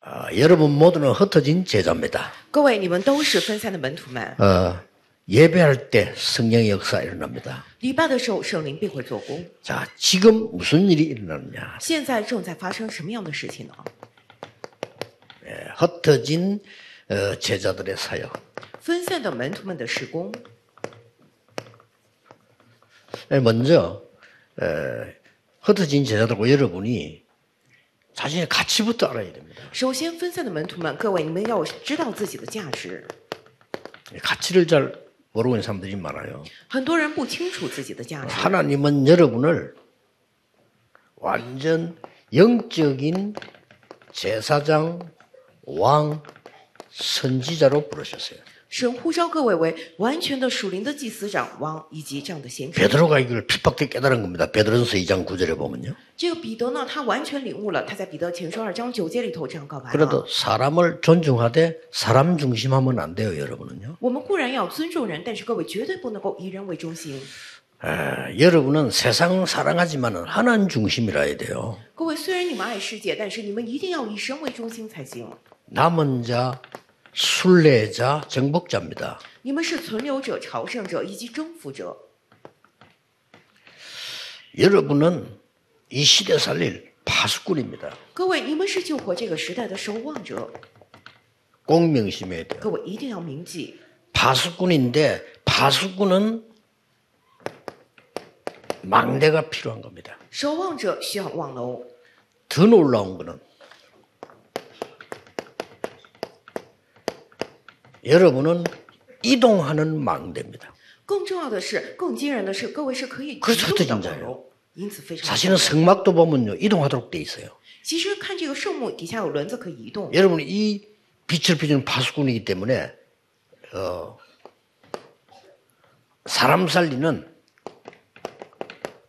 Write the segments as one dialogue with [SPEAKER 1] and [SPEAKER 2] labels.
[SPEAKER 1] 아, 여러분 모두는 흩어진 제자입니다.
[SPEAKER 2] 各位，你们都是分散的门徒们。
[SPEAKER 1] 어, 예배할 때 성령의 역사 일어납니다.
[SPEAKER 2] 礼拜的时候，圣灵必会做工。
[SPEAKER 1] 자, 지금 무슨 일이 일어나느냐?
[SPEAKER 2] 现在正在发生什么样的事情呢？
[SPEAKER 1] 예, 흩어진 어, 제자들의 사역.
[SPEAKER 2] 分散的门徒们的施工，
[SPEAKER 1] 예, 먼저 에, 흩어진 제자들과 여러분이 자신의 가치부터 알아야 됩니다.
[SPEAKER 2] 首先分散的门徒们，各位，你们要知道自己的价值。
[SPEAKER 1] 예, 가치를 잘 모르고 있는 사람들이 많아요.
[SPEAKER 2] 很多人不清楚自己的价值，
[SPEAKER 1] 啊 하나님은 여러분을 완전 영적인 제사장, 왕, 선지자로 부르셨어요.
[SPEAKER 2] 神呼召各位为完全的属灵的祭司长、王以及这样的贤者。
[SPEAKER 1] 베드로가 이걸 핍박때 깨달은 겁니다. 베드로서 2장 9절에 보면요.
[SPEAKER 2] 这个彼得呢，他完全领悟了，他在彼得前书二章九节里头这样告白了。
[SPEAKER 1] 그래도 사람을 존중하되 사람 중심하면 안 돼요, 여러분은요.
[SPEAKER 2] 我们固然要尊重人，但是各位绝对不能够以人为中心。
[SPEAKER 1] 에, 여러분은 세상 사랑하지만 하나님 중심이라야 돼요.
[SPEAKER 2] 各位，虽然你们爱世界，但是你们一定要以神为中心才行。
[SPEAKER 1] 남은 자, 순례자, 정복자입니다.
[SPEAKER 2] 你们是存留者、朝圣者以及征服者。
[SPEAKER 1] 여러분은 이 시대 살릴 파수꾼입니다.
[SPEAKER 2] 各位，你们是救活这个时代的守望者。
[SPEAKER 1] 꼭 명심해야 돼요.
[SPEAKER 2] 各位一定要铭记，
[SPEAKER 1] 파수꾼인데 파수꾼은 망대가 필요한 겁니다.
[SPEAKER 2] 守望者需要望楼。
[SPEAKER 1] 더 놀라운 거는 여러분은 이동하는 망대입니다.
[SPEAKER 2] 更重要的是，更惊人的是，各位是可以
[SPEAKER 1] 그래서
[SPEAKER 2] 移
[SPEAKER 1] 흩
[SPEAKER 2] 动
[SPEAKER 1] 어진자예요
[SPEAKER 2] 的望楼，因此非常。
[SPEAKER 1] 사실은 성막도 보면요 이동하도록 돼 있어요.
[SPEAKER 2] 其实看这个圣木底下有轮子可以移动。
[SPEAKER 1] 여러분 이 빛을 비추는 파수꾼이기 때문에 어, 사람 살리는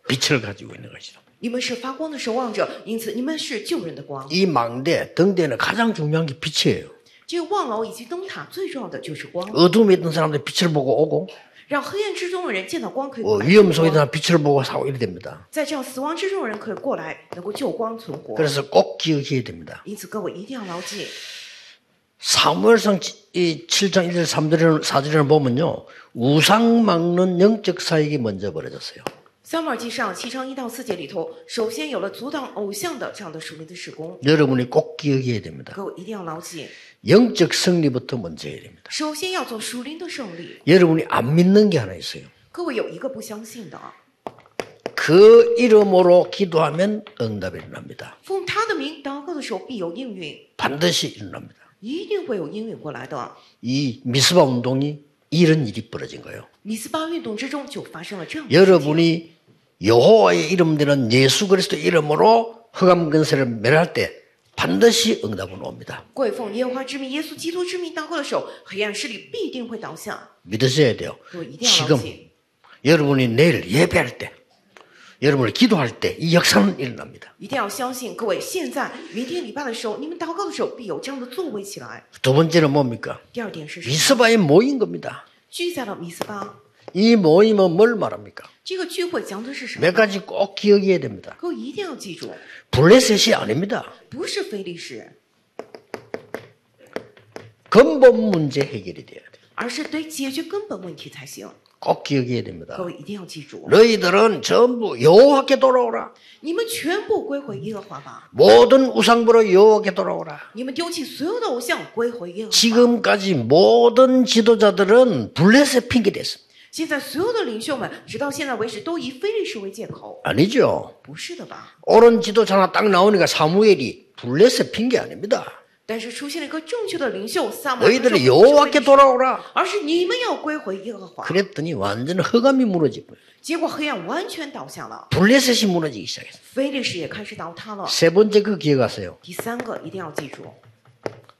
[SPEAKER 1] 빛을 가지고 있는 것이죠.
[SPEAKER 2] 你们是发光的守望者，因此你们是救人的光。
[SPEAKER 1] 이 망대 등대는 가장 중요한 게 빛이에요.
[SPEAKER 2] 这个望楼以及灯塔最重要的就是光，
[SPEAKER 1] 어둠에 있던 사람들 빛을 보고 오고
[SPEAKER 2] 让黑暗之中的人见到光可以
[SPEAKER 1] 어,
[SPEAKER 2] 过来
[SPEAKER 1] 위험
[SPEAKER 2] 救
[SPEAKER 1] 속에 있던
[SPEAKER 2] 光。
[SPEAKER 1] 사람 빛을 보고 사고 이래 됩니다.
[SPEAKER 2] 在这样死亡之中的人可以过来，能够救光存活。
[SPEAKER 1] 그래서 꼭 기억해야 됩니다.
[SPEAKER 2] 因此，各位一定要牢记，
[SPEAKER 1] 사무엘상 치- 이 7장 1절 3절을 4절을 보면요. 우상 막는 영적 사역이 먼저 벌어졌어요.
[SPEAKER 2] 撒母耳记上七章一到四节里头，首先有了阻挡偶像的这样的属灵的施工，
[SPEAKER 1] 여러분이 꼭 기억해야 됩니다.
[SPEAKER 2] 各位一定要牢记，
[SPEAKER 1] 영적 승리부터 먼저 해야 됩니다.
[SPEAKER 2] 首先要做属灵的胜利。
[SPEAKER 1] 여러분이 안 믿는 게 하나 있어요.
[SPEAKER 2] 各位有一个不相信的啊，
[SPEAKER 1] 그 이름으로 기도하면 응답이 일어납니다.
[SPEAKER 2] 奉他的名祷告的时候必有应允，
[SPEAKER 1] 반드시 일어납니다.
[SPEAKER 2] 一定会有应允过来的。
[SPEAKER 1] 이 미스바 운동이 이런 일이 벌어진 거예요.
[SPEAKER 2] 米斯巴运动之中就发生了这样的事情。
[SPEAKER 1] 여러분이 여호와의 이름 되는 예수 그리스도 이름으로 흑암 근세를 멸할 때 반드시 응답은 옵니다.
[SPEAKER 2] 各位奉耶和华之名、耶稣基督之名祷告的时候，黑暗势力必定会倒下。
[SPEAKER 1] 믿으셔야 돼요.
[SPEAKER 2] 各位一定要牢
[SPEAKER 1] 지금
[SPEAKER 2] 记，
[SPEAKER 1] 여러분이 내일 예배할 때, 여러분을 기도할 때 이 역사는 일어납니다.
[SPEAKER 2] 一定要相信。各位，现在明天礼拜的时候，你们祷告的时候必有这样的作为起来。
[SPEAKER 1] 두 번째는 뭡니까?
[SPEAKER 2] 第二点是什么
[SPEAKER 1] 미스바에 모인 겁니다.
[SPEAKER 2] 聚在了米斯巴。
[SPEAKER 1] 이 모임은 뭘 말합니까?
[SPEAKER 2] 这个聚会讲的是什么？
[SPEAKER 1] 몇 가지 꼭 기억해야 됩니다.
[SPEAKER 2] 各位一定要记住，
[SPEAKER 1] 블레셋이 아닙니다.
[SPEAKER 2] 不是非历史，
[SPEAKER 1] 근본 문제 해결이 돼야 돼요.
[SPEAKER 2] 而是得解决根本问题才行。
[SPEAKER 1] 꼭 기억해야 됩니다.
[SPEAKER 2] 各位一定要记住，
[SPEAKER 1] 너희들은 전부 여호와께 돌아오라.
[SPEAKER 2] 你们全部归回耶和华吧，
[SPEAKER 1] 모든 우상부로 여호와께 돌아오라.
[SPEAKER 2] 你们丢弃所有的偶像，归回耶和华。
[SPEAKER 1] 지금까지 모든 지도자들은 블레셋 핑계 댔습니다.
[SPEAKER 2] 现在所有的领袖们，直到现在为止，都以非历史为借口，
[SPEAKER 1] 아니죠.
[SPEAKER 2] 不是的吧？
[SPEAKER 1] 옳은 지도자나 딱 나오니까 사무엘이 블레셋 핑계 아닙니다.
[SPEAKER 2] 但是出现了一个正确的领袖撒母耳，
[SPEAKER 1] 너희들은 여호와께 돌아오라.
[SPEAKER 2] 而是你们要归回耶和华。
[SPEAKER 1] 그랬더니 완전 허감이 무너지고
[SPEAKER 2] 结果黑暗完全倒下了，
[SPEAKER 1] 블레셋이 무너지기 시작했어요.
[SPEAKER 2] 非历史也开始倒塌了。
[SPEAKER 1] 세 번째 그 기억하세요.
[SPEAKER 2] 第三个一定要记住，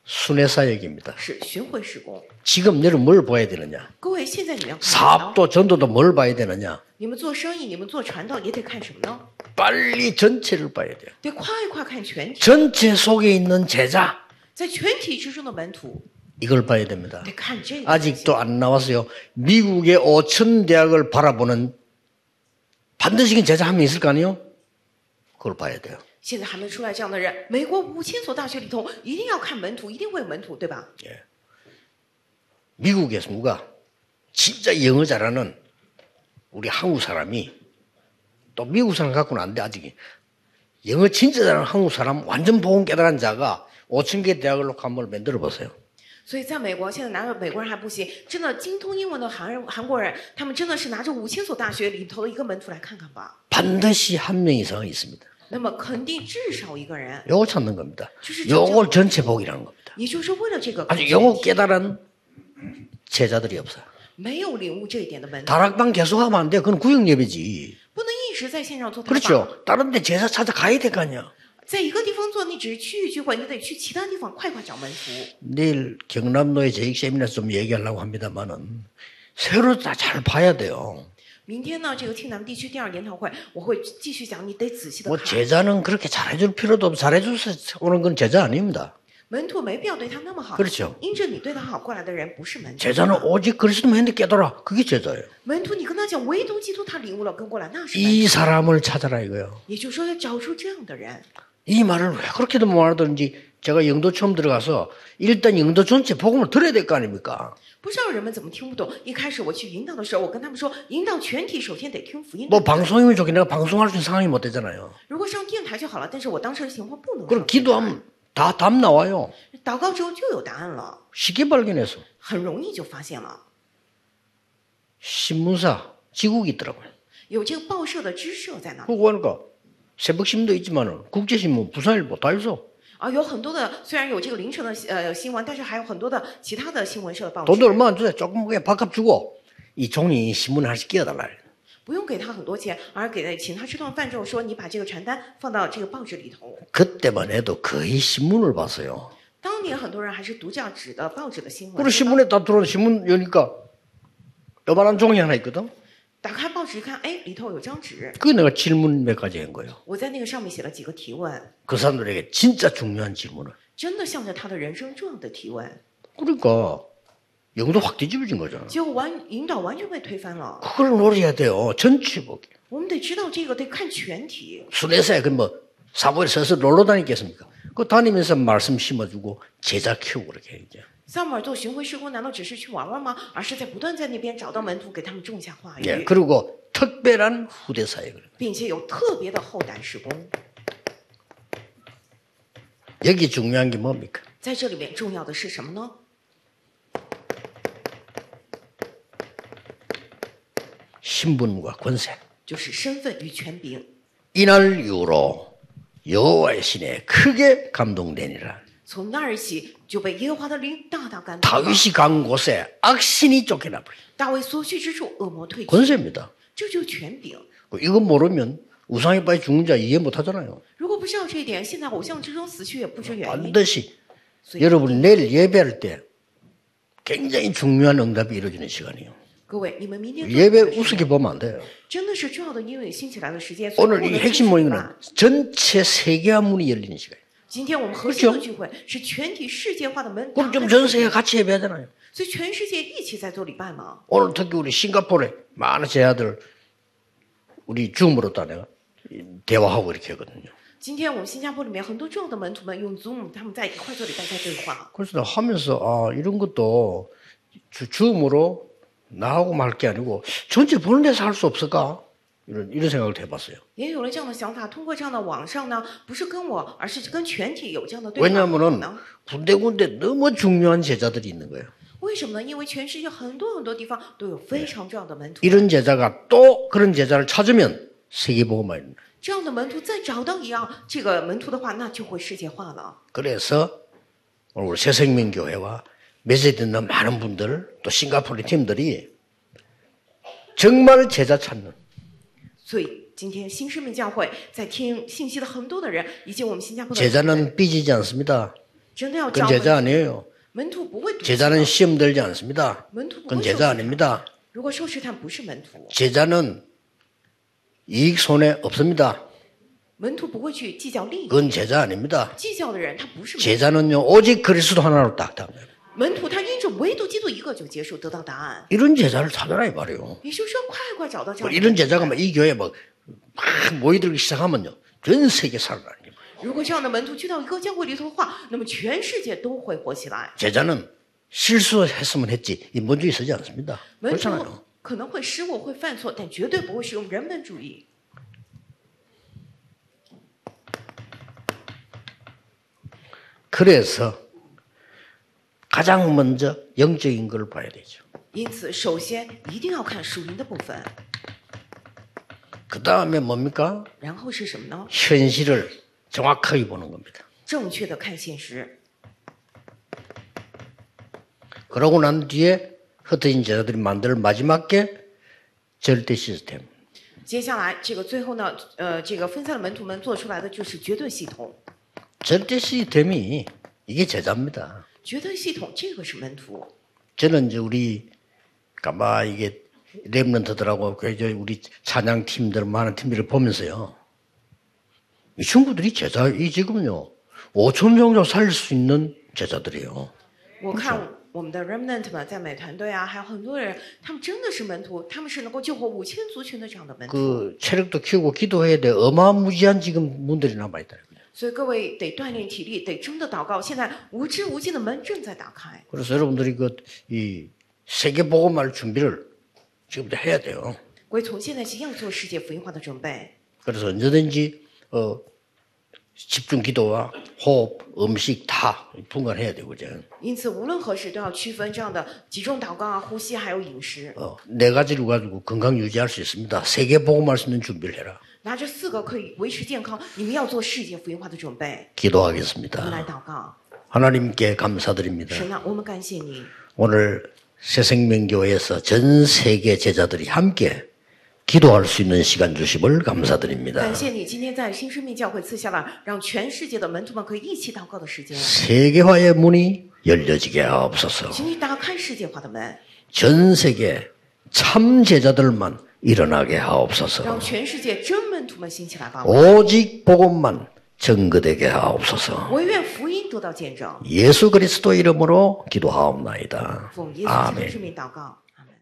[SPEAKER 1] 순회사역입니다.
[SPEAKER 2] 是巡回施工。
[SPEAKER 1] 지금 너는 뭘 봐야 되느냐?
[SPEAKER 2] 各位，现在你们要看什么呢
[SPEAKER 1] 사업도 전도도 뭘 봐야 되느냐?
[SPEAKER 2] 你们做生意，你们做传道也得看什么呢？
[SPEAKER 1] 빨리 전체를 봐야 돼요.
[SPEAKER 2] 得夸一夸看全体，
[SPEAKER 1] 전체 속에 있는 제자
[SPEAKER 2] 在全体之中的门徒
[SPEAKER 1] 이걸 봐야 됩니다.
[SPEAKER 2] 得看这个才行。
[SPEAKER 1] 아직도 안 나왔어요. 미국의 5천 대학을 바라보는 반드시 그 제자 한 명 있을 거 아니에요? 그걸 봐야 돼요.
[SPEAKER 2] 现在还没出来这样的人。美国五千所大学里头，一定要看门徒，一定会有门徒，对吧？
[SPEAKER 1] 미국에서 누가 진짜 영어 잘하는 우리 한국 사람이 또 미국 사람 갖고는 안 돼 아직 영어 진짜 잘하는 한국 사람 완전 보험 깨달은 자가 5천 개 대학을 놓고 한번 만들어 보세요.
[SPEAKER 2] 所以在美国，现在哪有美国人还不行？真的精通英文的韩人韩国人，他们真的是拿着五千所大学里头的一个门徒来看看吧。
[SPEAKER 1] 반드시 한 명 이상은 있습니다.
[SPEAKER 2] 那么肯定至少一个人，
[SPEAKER 1] 요거 찾는 겁니다.
[SPEAKER 2] 주시-
[SPEAKER 1] 요걸 전체 복이라는 겁니다.
[SPEAKER 2] 也就是为了这个
[SPEAKER 1] 아주 영어 깨달은 제자들이 없어요.
[SPEAKER 2] 没有领悟这一点的门徒，
[SPEAKER 1] 다락방 계속하면 안 돼요. 그건 구역예배지.
[SPEAKER 2] 不能一直在线上做打榜。
[SPEAKER 1] 그렇죠. 다른 데 제사 찾아가야 될 거 아니야.
[SPEAKER 2] 在一个地方做，你只是区域聚会，你得去其他地方快快找门徒。
[SPEAKER 1] 내일 경남로의 재익 세미나에서 좀 얘기하려고 합니다만은 새로 다 잘 봐야 돼요.
[SPEAKER 2] 明天呢，这个听咱们地区第二研讨会，我会继续讲，你得仔细的
[SPEAKER 1] 뭐
[SPEAKER 2] 看。
[SPEAKER 1] 제자는 그렇게 잘해줄 필요도 없고 잘해줘서 오는 건 제자 아닙니다.
[SPEAKER 2] 门徒没必要对他那么好，
[SPEAKER 1] 그렇죠
[SPEAKER 2] 因着你对他好，过来的人不是门徒。
[SPEAKER 1] 제자는 오직 그리스도만 했는데 깨달아. 그게 제자예요.
[SPEAKER 2] 门徒，你跟他讲，唯独基督他领悟了，跟过来那是门徒。
[SPEAKER 1] 이 사람을 찾아라 이거요.
[SPEAKER 2] 也就是说，要找出这样的人。
[SPEAKER 1] 이 말을 왜 그렇게도 말하든지 제가 영도 처음 들어가서 일단 영도 전체 복음을 들어야 될 거 아닙니까?
[SPEAKER 2] 不知道人们怎么听不懂。一开始我去引导的时候，我跟他们说，引导全体首先得听福音。
[SPEAKER 1] 뭐 방송이면 좋긴 내가 방송할 수 있는 상황이 못 되잖아요.
[SPEAKER 2] 如果上电台就好了，但是我当时的情况不能
[SPEAKER 1] 그럼
[SPEAKER 2] 上电台。
[SPEAKER 1] 기도하면 다 답 나와요.
[SPEAKER 2] 祷告之后就有答案了，
[SPEAKER 1] 쉽게 발견해서
[SPEAKER 2] 很容易就发现了。
[SPEAKER 1] 신문사 지국이 있더라고요.
[SPEAKER 2] 有这个报社的支社在那儿
[SPEAKER 1] 그거 보니까 새벽신문도 있지만은 국제신문, 부산일보 다 있어.
[SPEAKER 2] 啊，有很多的，虽然有这个凌晨的呃新闻，但是还有很多的其他的新闻社的报纸，
[SPEAKER 1] 돈도 얼마 안 주네. 조금 그냥 밥값 주고 이 종이 신문 하나씩 끼워달라. 그래.
[SPEAKER 2] 不用给他很多钱，而给他请他吃顿饭之后说，你把这个传单放到这个报纸里头。
[SPEAKER 1] 그때만 해도 거의 신문을 봤어요.
[SPEAKER 2] 当年很多人还是读这样纸的报纸的新闻
[SPEAKER 1] 그리고 ， 신문에 다 들어온 신문 여니까 요만한 종이 하나 있거든.
[SPEAKER 2] 打开报纸一看，哎，里头有张纸，
[SPEAKER 1] 그게 내가 질문 몇 가지 한 거예요.
[SPEAKER 2] 我在那个上面写了几个提问，
[SPEAKER 1] 그 사람들에게 진짜 중요한 질문을.
[SPEAKER 2] 真的向着他的人生重要的提问，
[SPEAKER 1] 그러니까 영도 확 뒤집어진 거잖아.
[SPEAKER 2] 结果完引导完全被推翻了。
[SPEAKER 1] 그걸 노려야 돼요. 전체 보기.
[SPEAKER 2] 我们得知道这个，得看全体。
[SPEAKER 1] 순회사에 그뭐 사부에 서서 놀러 다니겠습니까? 그 다니면서 말씀 심어주고 제자 키우고 그렇게 해요, 이제.
[SPEAKER 2] 萨姆尔做巡回施工，难道只是去玩玩吗？而是在不断在那边找到门徒，给他们种下话语，
[SPEAKER 1] 예, 그리고 특별한 후대 사역을.
[SPEAKER 2] 并且有特别的后代施工。
[SPEAKER 1] 여기 중요한 게 뭡니까?
[SPEAKER 2] 在这里面重要的是什么呢？
[SPEAKER 1] 신분과 권세.
[SPEAKER 2] 就是身份与权柄。
[SPEAKER 1] 이날 이후로 여호와의 신에 크게 감동되니라.
[SPEAKER 2] 从那儿起就被耶和华的灵大大感动了。
[SPEAKER 1] 다윗이 간 곳에 악신이 쫓겨나 버려.
[SPEAKER 2] 大卫所去之处，恶魔退去，
[SPEAKER 1] 권세입니다. 그
[SPEAKER 2] 这就是权柄。
[SPEAKER 1] 이거 모르면 우상에 빠져 죽는 자 이해 못 하잖아요.
[SPEAKER 2] 如果不知道这一点，现在偶像之中死去也不知
[SPEAKER 1] 啊
[SPEAKER 2] 原因。
[SPEAKER 1] 반드시
[SPEAKER 2] 所以，
[SPEAKER 1] 여러분 내일 예배할 때 굉장히 중요한 응답이 이루어지는 시간이에요.
[SPEAKER 2] 各位，你们明天
[SPEAKER 1] 예배 우습게 보면 안 돼요.
[SPEAKER 2] 真的是重要的因为兴起来的时间。所以
[SPEAKER 1] 오늘
[SPEAKER 2] 不能
[SPEAKER 1] 이 핵심
[SPEAKER 2] 轻视
[SPEAKER 1] 모임은
[SPEAKER 2] 吧
[SPEAKER 1] 전체 세계화 문이 열리는 시간이에요.
[SPEAKER 2] 今天我们核心的聚会是全体世界化的门，
[SPEAKER 1] 그럼 좀 전 세계 같이 예배하잖아요.
[SPEAKER 2] 所以全世界一起在做礼拜嘛。
[SPEAKER 1] 오늘 특히 우리 싱가포르에 많은 제자들 우리 줌으로 다 내가 대화하고 이렇게 하거든요.
[SPEAKER 2] 今天我们新加坡里面很多重要的门徒们用 Zoom，他们在一块做礼拜，在对话。
[SPEAKER 1] 그래서 나 하면서 아 이런 것도 주, 줌으로 나하고만 할 게 아니고 전체 보는 데서 할 수 없을까 이런 이런 생각을 해봤어요.
[SPEAKER 2] 也有了这样的想法，通过这样的网上呢，不是跟我，而是跟全体有这样的对话。
[SPEAKER 1] 왜냐하면은
[SPEAKER 2] 呢？
[SPEAKER 1] 군데군데 너무 중요한 제자들이 있는 거예요.
[SPEAKER 2] 为什么呢？因为全世界很多很多地方都有非常重要的门徒，
[SPEAKER 1] 이런 제자가 또 그런 제자를 찾으면 세계복음화 입니다
[SPEAKER 2] 这样的门徒再找到一样这个门徒的话，那就会世界化了。
[SPEAKER 1] 그래서 오늘 우리 새생명교회와 메시지 듣는 많은 분들 또 싱가포르 팀들이 정말 제자 찾는
[SPEAKER 2] 所以今天新生命教会在听信息的很多的人，以及我们新加坡的人
[SPEAKER 1] 제자는 삐지지 않습니다.
[SPEAKER 2] 真的要找
[SPEAKER 1] 건
[SPEAKER 2] 门徒
[SPEAKER 1] 제자 아니에요.
[SPEAKER 2] 门徒不会赌气的
[SPEAKER 1] 제자는 시험 들지 않습니다.
[SPEAKER 2] 门徒不
[SPEAKER 1] 건
[SPEAKER 2] 会受试
[SPEAKER 1] 제자
[SPEAKER 2] 探。
[SPEAKER 1] 아닙니다.
[SPEAKER 2] 如果受试探不是门徒，
[SPEAKER 1] 제자는 이익 손해 없습니다.
[SPEAKER 2] 门徒不会去计较利益。
[SPEAKER 1] 건 제자 아닙니다.
[SPEAKER 2] 计较的人他不是门徒，
[SPEAKER 1] 제자는요 오직 그리스도 하나로 딱 답니다.
[SPEAKER 2] 门徒他因着唯独基督一个就结束得到答案。
[SPEAKER 1] 이런 제자를 찾아라 이 말이에요.
[SPEAKER 2] 也就是说，快快找到这
[SPEAKER 1] 뭐
[SPEAKER 2] 样的
[SPEAKER 1] 이런 제자가 막 이 교회에 막, 막 모이들기 시작하면요. 전 세계 살아나는 거예요.
[SPEAKER 2] 如果这样的门徒去到一个教会里头的话，那么全世界都会火起来。
[SPEAKER 1] 제자는 실수했으면 했지 인본주의 쓰지 않습니다.
[SPEAKER 2] 门徒
[SPEAKER 1] 그렇잖아요.
[SPEAKER 2] 可能会失误、会犯错，但绝对不会使用人本主义。
[SPEAKER 1] 그래서 가장 먼저 영적인 걸 봐야 되죠.
[SPEAKER 2] 因此，首先一定要看属灵的部分，
[SPEAKER 1] 그 다음에 뭡니까?
[SPEAKER 2] 然后是什么呢？
[SPEAKER 1] 현실을 정확하게 보는 겁니다.
[SPEAKER 2] 正确的看现实。
[SPEAKER 1] 그러고 난 뒤에 흩어진 제자들이 만들 마지막 게 절대 시스템.
[SPEAKER 2] 接下来，这个最后呢，呃，这个分散的门徒们做出来的就是绝对系统。
[SPEAKER 1] 절대 시스템이 이게 제자입니다.
[SPEAKER 2] 绝对系统这个是门徒，
[SPEAKER 1] 저는 이제 우리 그러니까 가마 이게 랩런트들하고 굉장히 우리 찬양 팀들 많은 팀들을 보면서요. 이 친구들이 제자 이 지금요 5천 명 정도 살릴 수 있는 제자들이에요.
[SPEAKER 2] 我看我们的 remnant 嘛，在美团队啊，还有很多人，他们真的是门徒，他们是能够救活五千族群的这样的门徒。
[SPEAKER 1] 그 체력도 키우고 기도해야 돼. 어마무지한 지금 문들이 남아 있다.
[SPEAKER 2] 所以各位得锻炼体力，得真的祷告。现在无知无尽的门正在打开，
[SPEAKER 1] 그래서 여러분들이 그 이 세계 복음할 준비를 지금부터 해야 돼요.
[SPEAKER 2] 各位从现在起要做世界福音化的准备。
[SPEAKER 1] 그래서 언제든지 어 집중 기도와 호흡, 음식 다 분간해야 되거든.
[SPEAKER 2] 因此，无论何时都要区分这样的集中祷告啊、呼吸还有饮食，
[SPEAKER 1] 어, 네 가지를 가지고 건강 유지할 수 있습니다. 세계 복음할 수 있는 준비를 해라.
[SPEAKER 2] 拿这四个可以维持健康。你们要做世界福音化的准备，我们
[SPEAKER 1] 기도하겠습니다.
[SPEAKER 2] 来祷告。
[SPEAKER 1] 하나님께 감사드립니다.
[SPEAKER 2] 神啊，我们感谢你，
[SPEAKER 1] 오늘 새생명교회에서 전 세계 제자들이 함께 기도할 수 있는 시간 주심을
[SPEAKER 2] 感
[SPEAKER 1] 감사드립니다.
[SPEAKER 2] 谢你今天在新生命教会赐下了让全世界的门徒们可以一起祷告的时间。
[SPEAKER 1] 세계화의 문이 열려지게 하옵소서.
[SPEAKER 2] 请你打开世界化的门，
[SPEAKER 1] 전 세계 참 제자들만 일어나게 하옵소서.
[SPEAKER 2] 让全世界真门徒们兴起来吧！
[SPEAKER 1] 오직 복음만 증거되게 하옵소서.
[SPEAKER 2] 我愿福音得到见证。
[SPEAKER 1] 예수 그리스도 이름으로 기도하옵나이다.
[SPEAKER 2] 奉耶稣基督
[SPEAKER 1] 아멘.
[SPEAKER 2] 之名祷告，